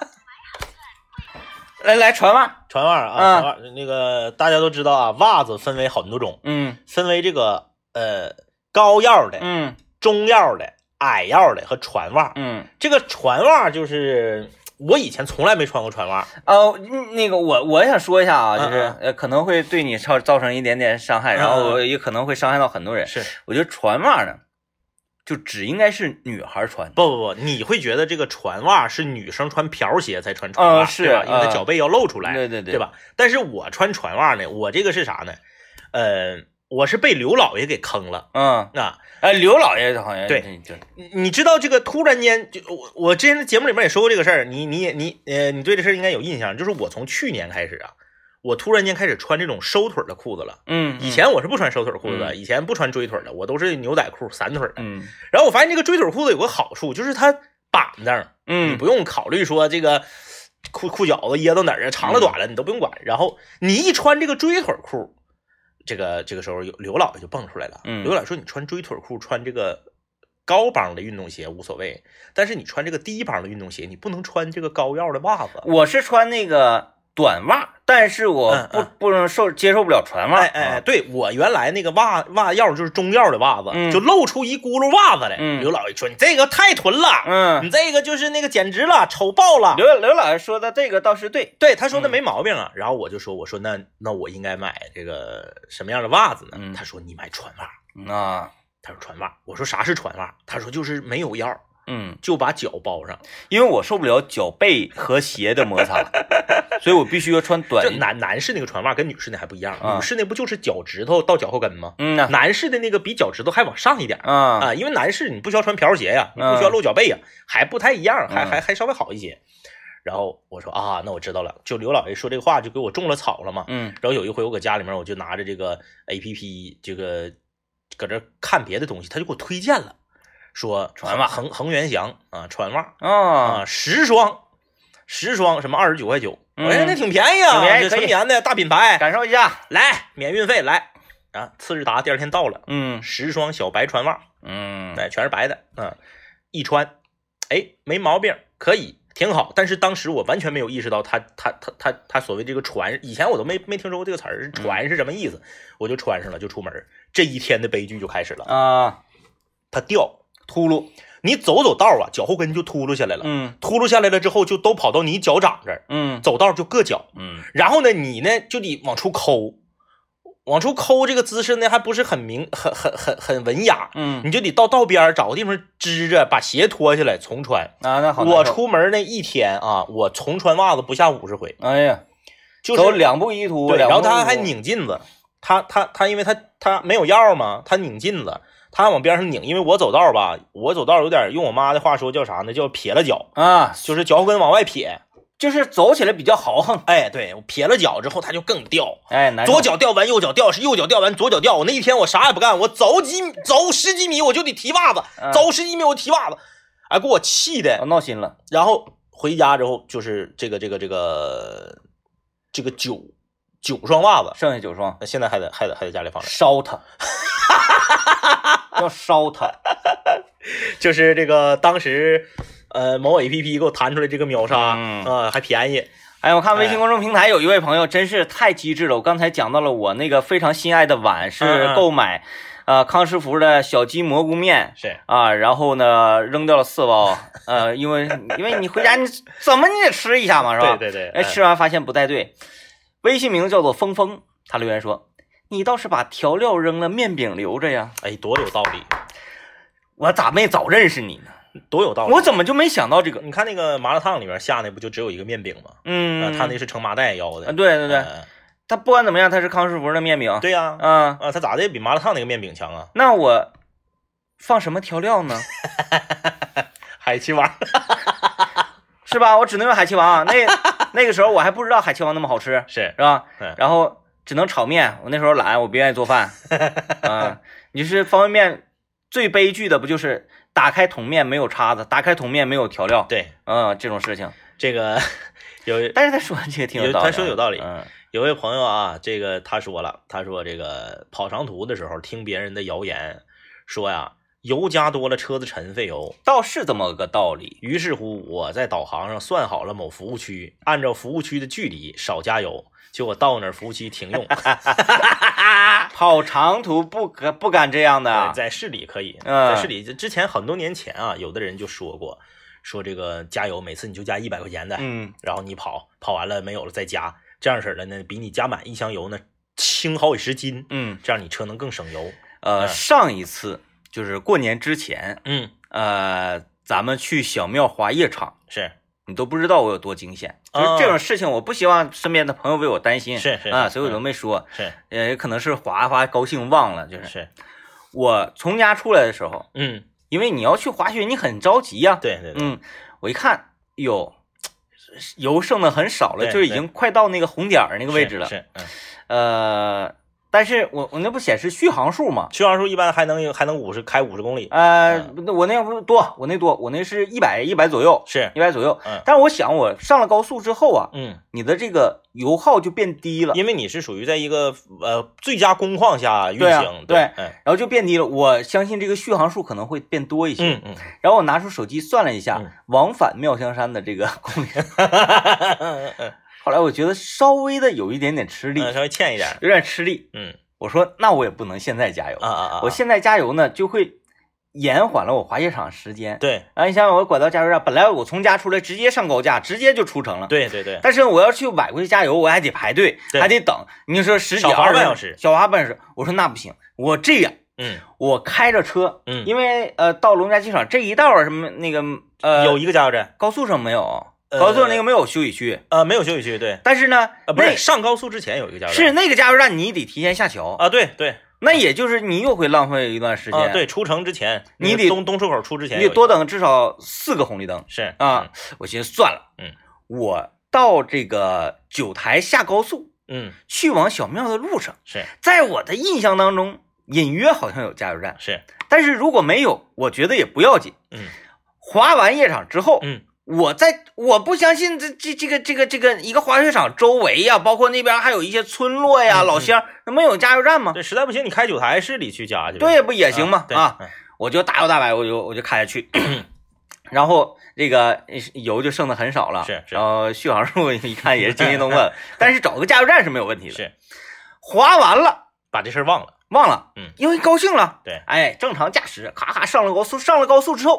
来来传吧，船袜啊，嗯船袜那个大家都知道啊，袜子分为很多种，嗯分为这个呃高腰的、嗯中腰的、矮腰的和船袜。嗯，这个船袜就是我以前从来没穿过船袜，哦，嗯那个我我想说一下啊，嗯就是嗯呃可能会对你造造成一点点伤害，嗯然后也可能会伤害到很多人。是我觉得船袜呢，就只应该是女孩穿。不不不，你会觉得这个船袜是女生穿瓢鞋才穿船袜，嗯是对吧？因为她嗯脚背要露出来，对对对对吧？但是我穿船袜呢，我这个是啥呢？呃，我是被刘老爷给坑了嗯，啊！哎，刘老爷好像对对，你你知道这个突然间就我我之前的节目里面也说过这个事儿，你你也你呃你对这事儿应该有印象，就是我从去年开始啊，我突然间开始穿这种收腿儿的裤子了。嗯，以前我是不穿收腿儿裤子的，嗯以前不穿追腿儿的，我都是牛仔裤散腿儿的。嗯然后我发现这个追腿儿裤子有个好处，就是它板正，你嗯不用考虑说这个裤裤脚子掖到哪儿啊，长了嗯短了，你都不用管。然后你一穿这个追腿裤，这个这个时候有刘老爷就蹦出来了。嗯刘老爷说：“你穿追腿裤，穿这个高帮的运动鞋无所谓，但是你穿这个低帮的运动鞋，你不能穿这个高腰的袜子。”我是穿那个短袜，但是我嗯不不能受接受不了船袜。哎哎哎，啊，对我原来那个袜袜腰就是中腰的袜子，嗯就露出一轱辘袜子来。嗯刘老爷说：“你这个太囤了，嗯你，这个就是那个简直了，丑爆了。”刘刘老师说的这个倒是对，对，他说的嗯没毛病啊。然后我就说，我说那那我应该买这个什么样的袜子呢？嗯他说你买船袜。啊，他说船袜。我说啥是船袜？他说就是没有腰，嗯，就把脚包上。因为我受不了脚背和鞋的摩擦， 所以我必须要穿短这。男男士那个船袜跟女士那还不一样，啊女士那不就是脚趾头到脚后跟吗？嗯呐，男士的那个比脚趾头还往上一点儿。啊，嗯啊，因为男士你不需要穿瓢鞋呀、你不需要露脚背呀、还不太一样，还还还稍微好一些。然后我说啊，那我知道了，就刘老爷说这话就给我种了草了嘛。嗯然后有一回我搁家里面，我就拿着这个 A P P 这个搁这看别的东西，他就给我推荐了，说船袜恒恒源祥啊，船袜啊，啊，十双，十双什么二十九块九，嗯我说那挺便宜啊，挺便宜这可以纯棉的大品牌，感受一下，来免运费来啊，次日达第二天到了，嗯十双小白船袜，嗯哎，全是白的，嗯，一穿，哎，没毛病，可以。挺好，但是当时我完全没有意识到他他他他他所谓这个船，以前我都没没听说过这个词儿，船是什么意思？我就穿上了，就出门儿。这一天的悲剧就开始了，啊，它掉秃噜，你走走道啊，脚后跟就秃噜下来了，嗯秃噜下来了之后就都跑到你脚掌这儿，嗯走道就硌脚。嗯然后呢，你呢就得往出抠，往出抠这个姿势呢还不是很明很很很很文雅，嗯，你就得到道边儿找个地方支着，把鞋脱下来重穿。啊，那好，我，出门那一天啊，我重穿袜子不下五十回，哎呀，就走是两步一突，对，两然步后一突他还，拧镜子，他他他，因为他他没有钥嘛，他拧镜子，他往边上拧，因为我走道吧，我走道有点用我妈的话说叫啥呢？叫撇了脚，啊，就是脚后跟往外撇。就是走起来比较豪横，哎，对，我撇了脚之后，它就更掉。哎，难受左脚掉完，右脚掉，是右脚掉完，左脚掉。我那一天我啥也不干，我走几米走十几米我就得提袜子，嗯走十几米我提袜子，哎，给我气我的。闹心了，然后回家之后就是这个这个这个这个九九双袜子，剩下九双，那现在还在还在还在家里放着。烧 它，要烧它，就是这个当时呃某 A P P 给我弹出来这个秒杀，嗯呃还便宜，哎，我看微信公众平台有一位朋友真是太机智了。我刚才讲到了我那个非常心爱的碗嗯嗯是购买，呃，康师傅的小鸡蘑菇面是啊，然后呢扔掉了四包，呃，因为因为你回家你怎么你得吃一下嘛，是吧？对对对，哎，嗯吃完发现不太对，微信名叫做峰峰，他留言说：“你倒是把调料扔了，面饼留着呀。哎多有道理，”我咋没早认识你呢？多有道理。我怎么就没想到这个？你看那个麻辣烫里边下那不就只有一个面饼吗？嗯啊，他那是称麻袋腰的啊，。对对对，嗯他不管怎么样，他是康师傅的面饼。 对呀，啊，啊，他咋的也比麻辣烫那个面饼强啊？那我放什么调料 呢？海奇丸，是吧？我只能用海奇王。啊那那个时候我还不知道海奇王那么好吃， 是是吧嗯？然后只能炒面。我那时候懒，我不愿意做 饭。啊，你是方便面最悲剧的不就是打开桶面没有叉子，打开桶面没有调料？对嗯，这种事情。这个有但是他说这个挺有道理啊，他说有道理嗯有位朋友啊，这个他说了，他说这个跑长途的时候听别人的谣言，说呀油加多了车子沉费油，倒是这么个道理。于是乎我在导航上算好了某服务区，按照服务区的距离少加油，结果到那儿服务区 停用，跑长途不可不敢这样的，在市里可以，啊嗯在市里之前很多年前啊，有的人就说过，说这个加油每次你就加一百块钱的，嗯，然后你跑跑完了没有了再加，这样式儿的呢，比你加满一箱油呢轻好几十斤，嗯，这样你车能更省油。呃，嗯上一次就是过年之前，嗯，呃，咱们去小庙滑夜场，是你都不知道我有多惊险。就是哦这种事情，我不希望身边的朋友为我担心，是是啊，是嗯所以我都没说。是呃，也可能是滑一滑高兴忘了，就是是，我从家出来的时候，嗯，因为你要去滑雪，你很着急呀、对对对，嗯，我一看，哟，油剩的很少了，对就是已经快到那个红点儿那个位置了。是，是嗯，呃，但是我我那不显示续航数吗？续航数一般还能还能五十开五十公里，呃，嗯那我那不多，我那多，我那是一百一百左右，是一，百左右。嗯但是我想，我上了高速之后啊，嗯，你的这个油耗就变低了，因为你是属于在一个呃最佳工况下运对啊行，对嗯然后就变低了。我相信这个续航数可能会变多一些。嗯嗯然后我拿出手机算了一下，嗯往返妙香山的这个公里，嗯嗯后来我觉得稍微的有一点点吃 力，嗯，稍微欠一点，有点吃力。嗯我说那我也不能现在加油，啊啊啊，我现在加油呢就会延缓了我滑雪场时间。对然后你想想，我拐到加油站，本来我从家出来直接上高架，直接就出城了。。对对对，但是我要去崴过去加油，我还得排队，对还得等。你说十几少滑二十半小时小滑半小时。我说那不行，我这样，嗯我开着车，嗯，因为呃，到龙家机场这一道儿什么那个呃，有一个加油站，高速上没有，呃高速那个没有休息区，呃，没有休息区，对，但是呢，呃，不是上高速之前有一个加那油是站，那个加油站你得提前下桥，啊，对对那也就是你又会浪费一段时间，啊，，对，出城之前，你那个得东东出口出之前你有得一个，多等至少四个红绿灯是啊，。我寻思算了，嗯，我到这个九台下高速嗯去往小庙的路上，是在我的印象当中，隐约好像有加油站，是，但是如果没有，我觉得也不要紧。嗯滑完夜场之后，嗯我在我不相信这这这个这个这个一个滑雪场周围呀、包括那边还有一些村落呀、嗯老乡，那没有加油站吗？对，实在不行你开九台市里去加去呗，对，不也行吗？对啊，，嗯我就大摇大摆，我就我就开下 去，然后这个油就剩的很少了，是是然后续航 数一看也是惊心动 魄，但是找个加油站是没有问题的。是滑完了把这事儿忘了，忘了，嗯因为高兴了，对哎，正常驾驶，咔咔上了高速，上了高速 之后，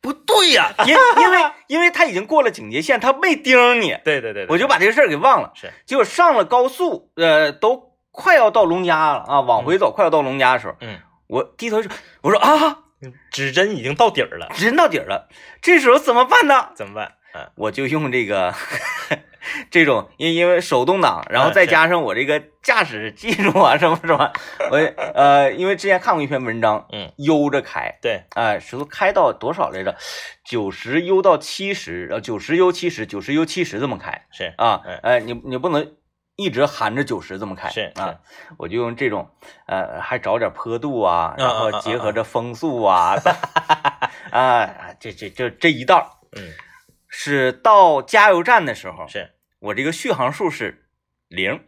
不对呀、因因为因为他已经过了警戒线，他没盯你， 对对对，对我就把这个事儿给忘了。是，结果上了高速，呃，都快要到龙家了啊，往回走，快要到龙家的时候，嗯，我低头说，我说啊，指针已经到底儿了，人到底儿了， 这时候怎么办呢？怎么办？嗯，我就用这个 这种，因因为手动挡，然后嗯再是加上我这个驾驶技术啊，什么什么，我呃，因为之前看过一篇文章，嗯，悠着开，对，哎，时速开到多少来着？九十悠到七十，然后九十悠七十，九十悠七十这么开是啊嗯，哎，你你不能。一直含着九十这么开是是啊，我就用这种，呃，还找点坡度啊，嗯然后结合着风速啊，啊，这这这这一道儿，嗯，是到加油站的时候， 是，我这个续航数是零，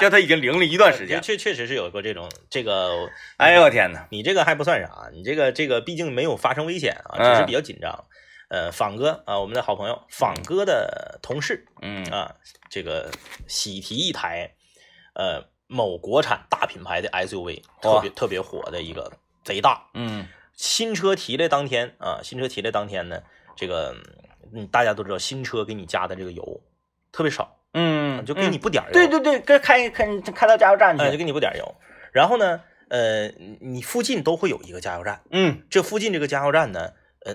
就它已经零了一段时间。呃确确实是有过这种这个，哎呦我天哪！你这个还不算啥，你这个这个毕竟没有发生危险啊，嗯只是比较紧张。呃，仿哥啊，我们的好朋友仿哥的同事嗯啊，这个喜提一台，呃，某国产大品牌的 SUV，特别特别火的一个，贼大。嗯新车提来当天啊，新车提来当天呢，这个嗯，大家都知道，新车给你加的这个油特别少，嗯，就给你不点儿油，对对对，该开开开到加油站哎，就去。给你不点儿油。然后呢，呃，你你附近都会有一个加油站，嗯这附近这个加油站呢，呃，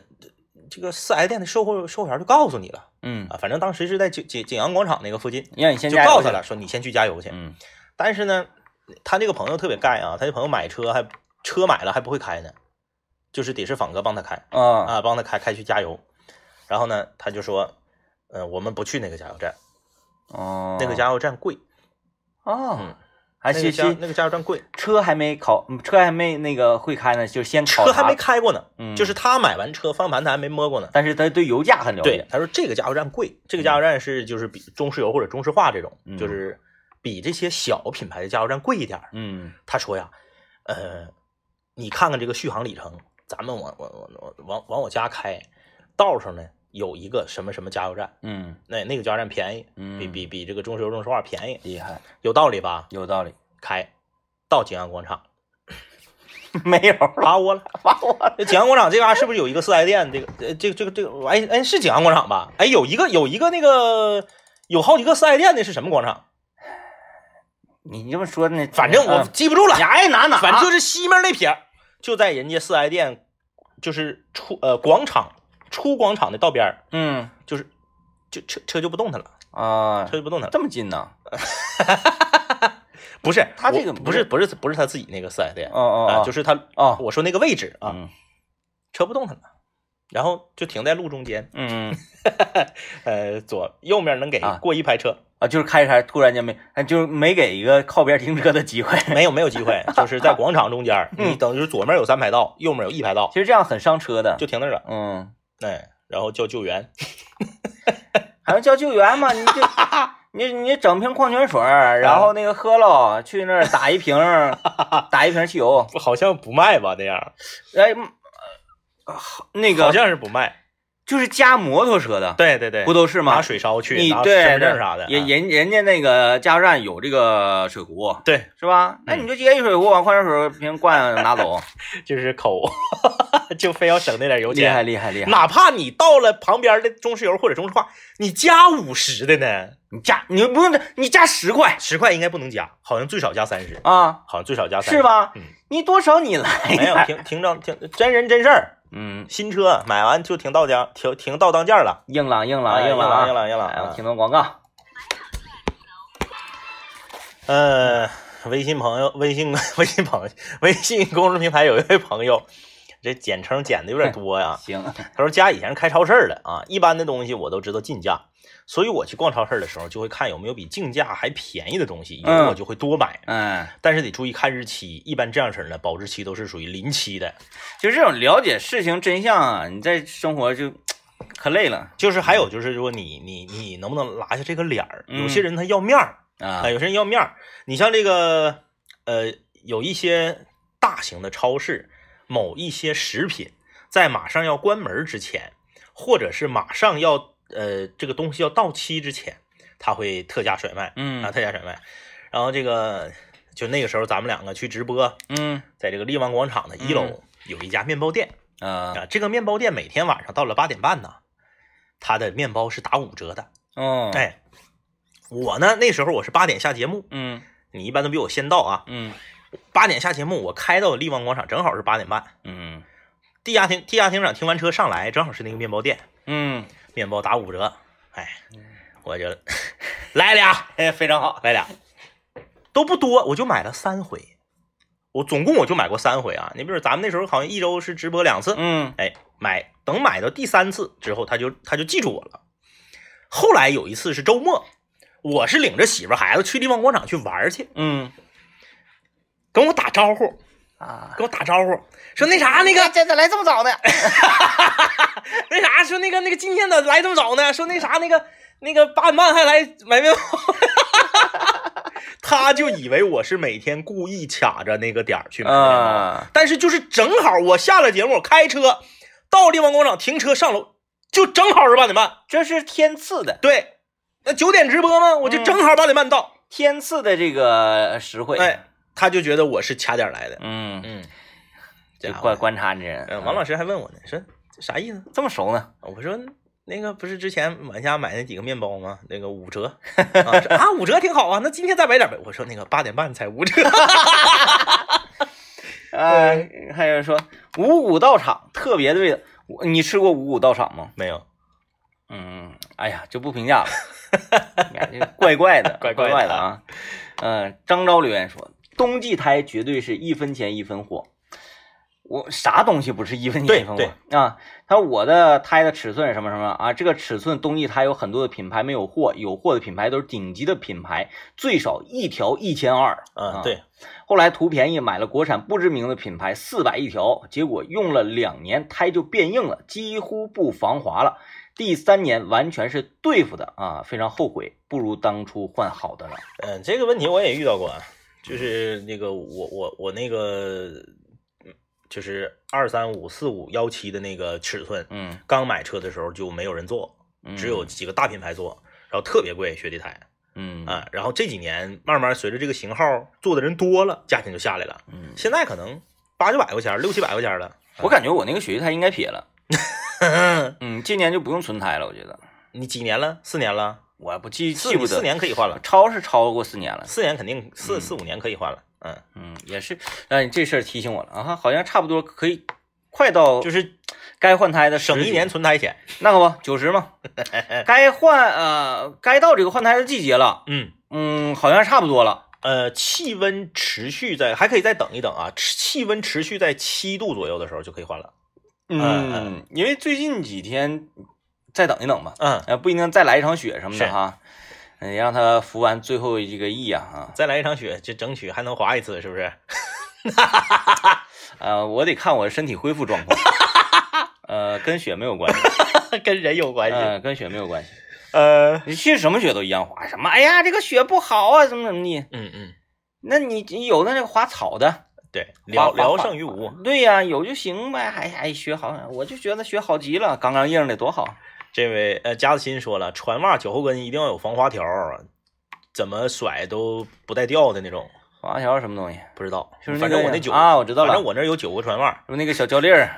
这个四 S 店的售后售后员就告诉你了嗯，啊，反正当时是在景景景阳广场那个附近，让你先就加油告诉去他了，，说你先去加油去。嗯但是呢，他这个朋友特别盖啊，他这朋友买车还车买了还不会开呢，就是得是仿哥帮他开啊啊，帮他开开去加油。然后呢，他就说，呃，我们不去那个加油站，哦，那个加油站贵，哦嗯，还那是个加先那个加油站贵，车还没考，嗯车还没那个会开呢，就先考车还没察，开过呢，嗯就是他买完车方向盘他还没摸过呢。但是他对油价很了对解，，他说这个加油站贵，这个加油站是就是比中石油或者中石化这种，嗯就是比这些小品牌的加油站贵一点儿。嗯他说呀，呃，你看看这个续航里程，咱们往往往往往往我家开，道上呢有一个什么什么加油站，嗯那那个加油站便宜，嗯，比比比这个中石油、中石化便宜，厉害，有道理吧？有道理， 开到景阳广场，没有了，趴窝了， 把我这景阳广场这嘎、是不是有一个四 S 店？这个呃，这个这个这个，哎哎，是景阳广场吧？哎，有一个有一个那个有好几个四 S 店的是什么广场？你这么说呢，反正我嗯记不住了。你爱哪哪， 反正就是西面那撇儿，就在人家四 S 店，就是出呃广场出广场的道边儿，嗯就是就车车就不动弹了，啊车，就不动弹了。这么近呢？不是他这我个不不是是不是不是他自己那个四 S 店哦哦啊，哦，就是是他哦我说那个位置啊，嗯车不动弹了，然后就停在路中间，嗯呃，左右面能给啊过一排车，啊，就是开开突然间没，哎就是没给一个靠边停车的机会， 没有没有机会，就是在广场中间儿，嗯你等于是左面有三排道，右面有一排道，其实这样很伤车的，就停那儿了，嗯，哎，然后叫救援，还能叫救援吗？ 你就你你整瓶矿泉水儿，然后那个喝了，去那儿打一 瓶儿，打一瓶汽油，好像不卖吧那样，哎，嗯呃好那好个像是不卖。就是加摩托车的，对对对，不都是吗拿？水烧去，你拿对身份对证啥的，人啊人人家那个加油站有这个水壶，对，是吧？嗯那你就直接一水壶往矿泉水瓶 灌拿走，就是抠， 就非要省那点油厉害钱。厉害厉害！哪怕你到了旁边的中石油或者中石化，你加五十的呢，你加你不用你加十块十块应该不能加，好像最少加三十，啊，好像最少加三十是？吧？嗯你多少你来没有点儿停停到停真人真事儿，嗯，新车买完就停到家，停停到当间儿了，硬朗硬哎朗硬朗朗啊硬朗硬朗哎我啊。听到广告，呃，微信朋友，微信 微信朋友，微信公众平台有一位朋友，这简称简的有点多呀。行，他说家以前是开超市的啊，一般的东西我都知道进价，所以我去逛超市的时候就会看有没有比竞价还便宜的东西，有嗯我就会多买。嗯，但是得注意看日期，一般这样式儿呢，保质期都是属于临期的。就这种了解事情真相啊，你在生活就可累了就是还有就是说你你你能不能拉下这个脸儿？嗯有些人他要面啊儿啊、，有些人要面儿。你像这个呃，有一些大型的超市，某一些食品在马上要关门之前，或者是马上要呃这个东西要到期之前，它会特价甩卖嗯啊，特价甩卖。然后这个就那个时候咱们两个去直播，嗯在这个力旺广场的一楼有一家面包店啊，啊，这个面包店每天晚上到了八点半呢，它的面包是打五折的。哦，哎，我呢那时候我是八点下节目，嗯你一般都比我先到啊。嗯八点下节目，我开到力旺广场正好是八点半。嗯地下停地下停车场停完车上来，正好是那个面包店，嗯，面包打五折。哎，我就来俩，哎，非常好，来俩，都不多，我就买了三回。我总共我就买过三回啊。你比如咱们那时候好像一周是直播两次，嗯哎，买等买到第三次之后，他就他就记住我了。后来有一次是周末，我是领着媳妇儿孩子去力旺广场去玩儿去，嗯跟我打招呼，啊，跟我打招呼，说那啥啊那个这咋来这么早呢？ 那啥说那个那个今天咋来这么早呢？说那啥那个那个八点半还来买面包， 他就以为我是每天故意卡着那个点儿去买面包，啊，但是就是正好我下了节目，我开车到力旺广场停车上楼，就正好是八点半。这是天赐的，对，那九点直播吗？我就正好八点半到。天赐的这个实惠，哎，他就觉得我是卡点儿来的。嗯，嗯，这就家伙呃观观察你这人，嗯，王老师还问我呢，说这啥意思？这么熟呢？我说那个不是之前晚家买那几个面包吗？那个 五折啊说啊，五折挺好啊。那今天再买点呗。我说那个八点半才五折，哎，还有人说五谷道场特别的味道，我你吃过五谷道场吗？ 没有，嗯，哎呀，就不评 价了，感觉怪怪的，怪怪怪的的啊。嗯、张昭留言说，冬季胎绝对是一分钱一分货。我啥东西不是一分钱一分对货啊？他说我的胎的尺寸什么什么啊？这个尺寸冬季胎有很多的品牌没有货，有货的品牌都是顶级的品牌，最少一条一千二。嗯，对，后来图便宜买了国产不知名的品牌，四百一条，结果用了两年胎就变硬了，几乎不防滑了。第三年完全是对付的啊，非常后悔，不如当初换好的了。嗯，这个问题我也遇到过，啊，就是那个我我我那个嗯就是二三五四五幺七的那个尺寸，嗯，刚买车的时候就没有人做，嗯只有几个大品牌做，然后特别贵雪地胎嗯啊。然后这几年慢慢随着这个型号做的人多了，价钱就下来了。嗯，现在可能八九百块钱，六七百块钱了。我感觉我那个雪地胎应该撇了。嗯，今年就不用存胎了，我觉得。你几年了？四年了？我不记四记不得嗯四，年可以换了，超是超过四年了。四年肯定四四五年可以换了。嗯，嗯，也是，哎，这事儿提醒我了啊，好像差不多可以快到就是该换胎的时省一间年存胎钱。那可不，九哦十嘛， 该换呃，该到这个换胎的季节了。嗯。嗯，好像差不多了。呃，气温持续在，还可以再等一等啊。持气温持续在七度左右的时候就可以换了。嗯嗯，因为最近几天再等一等吧，嗯，呃，不一定再来一场雪什么是的哈，嗯，让他服完最后这个役啊再来一场雪，就争取还能滑一次，是不 是？啊，呃，我得看我身体恢复状 况，呃，跟雪没有关系，跟人有关系。呃，跟雪没有关系，呃，你去什么雪都一样滑，什么哎呀这个雪不好啊，怎么怎么地，嗯嗯，那你你有的那个滑草的，对，聊聊聊聊胜胜于无。对呀、有就行呗。哎呀，学好，我就觉得学好极了，刚刚硬的多好。这位呃，加子欣说了，船袜脚后跟一定要有防滑条儿，怎么甩都不带掉的那种。滑条是什么东西？不知道，就是那反正个我那九啊我知道了反正我那儿有九个船袜，是不是那个小胶粒儿？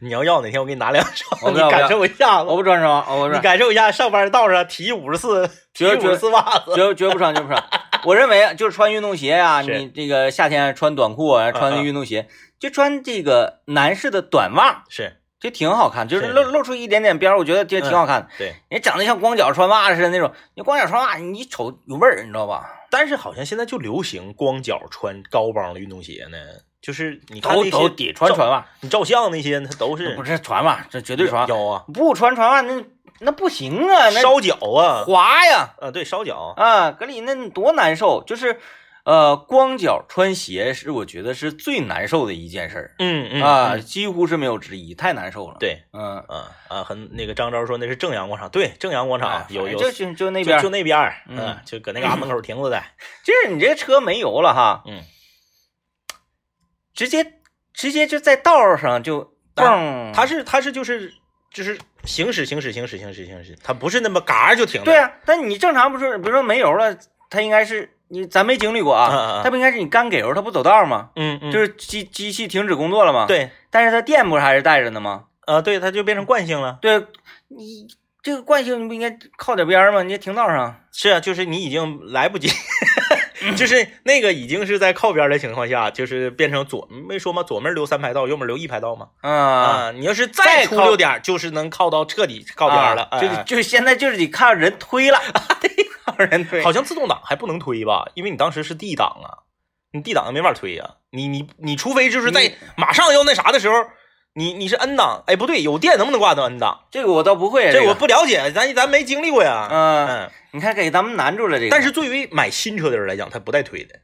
你要要哪天我给你拿两我双，不你要感受一下我子，不穿双，我不你穿，感受一下上班道上提五 十四，提绝五绝十四袜 子。绝绝不穿，绝不 穿。我认为啊就是穿运动鞋呀、是你这个夏天穿短裤啊，穿嗯个运动鞋，就穿这个男士的短袜，是就挺好看，就是是露露出一点点边儿，我觉得挺挺好看的。嗯对，你长得像光脚穿袜子似的那种，你光脚穿袜，你一瞅有味儿，你知道吧？但是好像现在就流行光脚穿高帮的运动鞋呢，就是你看都那都些得穿照船袜，你照相那些，它都是不是船袜，这绝对船袜。腰啊，不穿船袜那那不行啊，那烧脚啊，滑呀啊对，烧脚，啊，搁里那多难受。就是，呃，光脚穿鞋是我觉得是最难受的一件事儿、嗯嗯啊，嗯几乎是没有之一，太难受了。，对，嗯，啊啊，很那个张昭说那是正阳广场，对，正阳广哎场有有就就就那就边儿，就那边儿，嗯嗯，就搁那嘎门口停着的，就是你这车没油了哈，嗯，直接直接就在道上就蹦，它是它是就是就是行驶行驶行驶行驶行驶，它不是那么嘎就停的，对啊，但你正常不是，比如说没油了，它应该是你咱没经历过嗯啊嗯嗯，它不应该是你刚给油，它不走道吗？嗯嗯，就是机机器停止工作了吗？。对，但是它电不是还是带着呢吗？啊对，它就变成惯性了。对，你这个惯性你不应该靠点边儿吗？你这停道上，是啊，就是你已经来不及， 就是那个已经是在靠边的情况下，就是变成左没说吗？左门留三排道，右门留一排道吗？啊，你要是再出靠溜点儿，就是能靠到彻底靠边儿了。啊哎就是就是现在就是得看人推了， 靠人推。哎好像自动挡还不能推吧？因为你当时是 D 档啊，你 D 档没法推呀、你你你除非就是在你马上要那啥的时候，你你是 N 档，哎不对，有电能不能挂到 N 档？这个我倒不会，这个我不了解，咱咱没经历过呀。嗯，嗯，你看给咱们难住了这个。但是对于买新车的人来讲，他不带推的，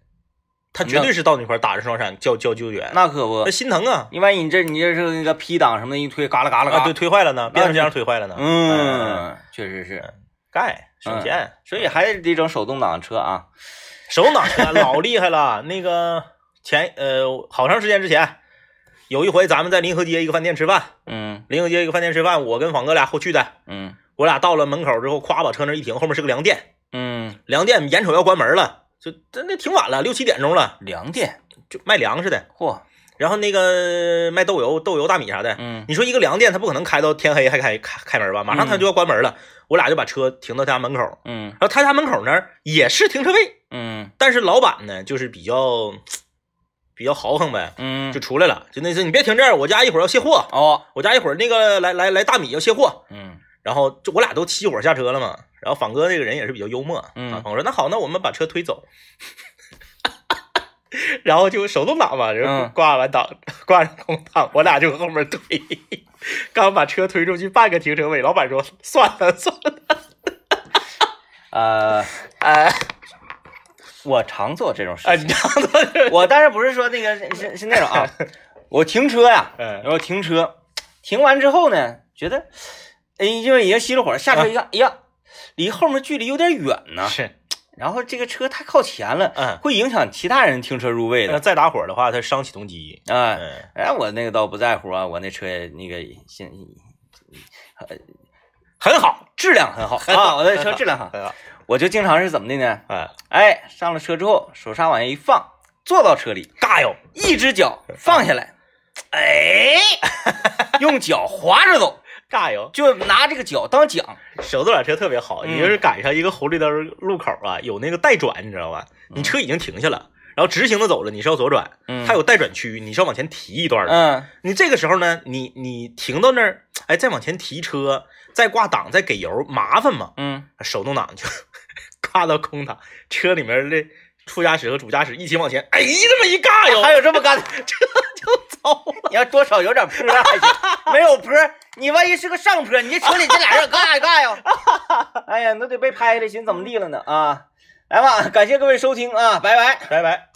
他绝那对是到那块儿打着双闪叫叫救援，那可不那，心疼啊！你万一你这你这是那个 P 档什么的一推，嘎啦嘎啦嘎啊，啦。对，推坏了呢，变成这样推坏了呢。嗯，嗯，确实是，盖省钱，所以还得整手动挡车啊。手动挡车老厉害了。那个前呃，好长时间之前，有一回咱们在临河街一个饭店吃饭，嗯临河街一个饭店吃饭，我跟房哥俩后去的，嗯我俩到了门口之后，咵把车那一停，后面是个粮店，嗯，粮店眼瞅要关门了，就真的挺晚了，六七点钟了，粮店，就卖粮食的。嚯，然后那个卖豆油、豆油、大米啥的，嗯你说一个粮店，他不可能开到天黑还开开开门吧？马上他就要关门了，我俩就把车停到他家门口，嗯然后他家门口那儿也是停车位，嗯但是老板呢就是比较比较豪横呗，嗯，就出来了，就那次你别停这儿，我家一会儿要卸货，哦，我家一会儿那个来来来大米要卸货，嗯然后就我俩都熄火下车了嘛。然后仿哥这个人也是比较幽默，嗯啊，仿哥说那好，那我们把车推走， 然后就手动挡嘛，然后嗯挂完档，挂上空档，我俩就后面推， 刚把车推出去半个停车位，老板说算了 算了，呃，哎我常做这种事哎，情你，知道 吗？我当然不是说那个是是是那种 啊，我停车呀、嗯然后停车，停完之后呢，觉得，哎，因为已经熄了火，下车一看，哎呀，离后面距离有点远呢，嗯哎是，然后这个车太靠前了，嗯，会影响其他人停车入位那的，再打火的话，他伤启动机，啊，嗯，哎，我那个倒不在乎啊，我那车那个现很好，质量很好啊，我那车质量好，很好，我就经常是怎么的呢？哎，哎，上了车之后，手刹往下一放，坐到车里，尬哟，一只脚放下来， 哎，用脚滑着走，尬哟，就拿这个脚当桨，手动挡车特别好，嗯你就是赶上一个红绿灯路口啊，有那个带转，你知道吧？你车已经停下了，然后直行的走了，你是要左转，嗯它有带转区，你是要往前提一段的。嗯你这个时候呢，你你停到那儿，哎，再往前提车，再挂档，再给油，麻烦嘛？嗯手动挡就 挂到空档，车里面的副驾驶和主驾驶一起往前，哎，这么一尬还哟，嗯 有这么干的，走了，你要多少有点坡啊，还行，没有坡，你万一是个上坡，你这车里这俩人干啥干呀？ 哎呀，那得被拍了，寻思怎么地了呢啊？来吧，感谢各位收听啊，拜拜。拜拜。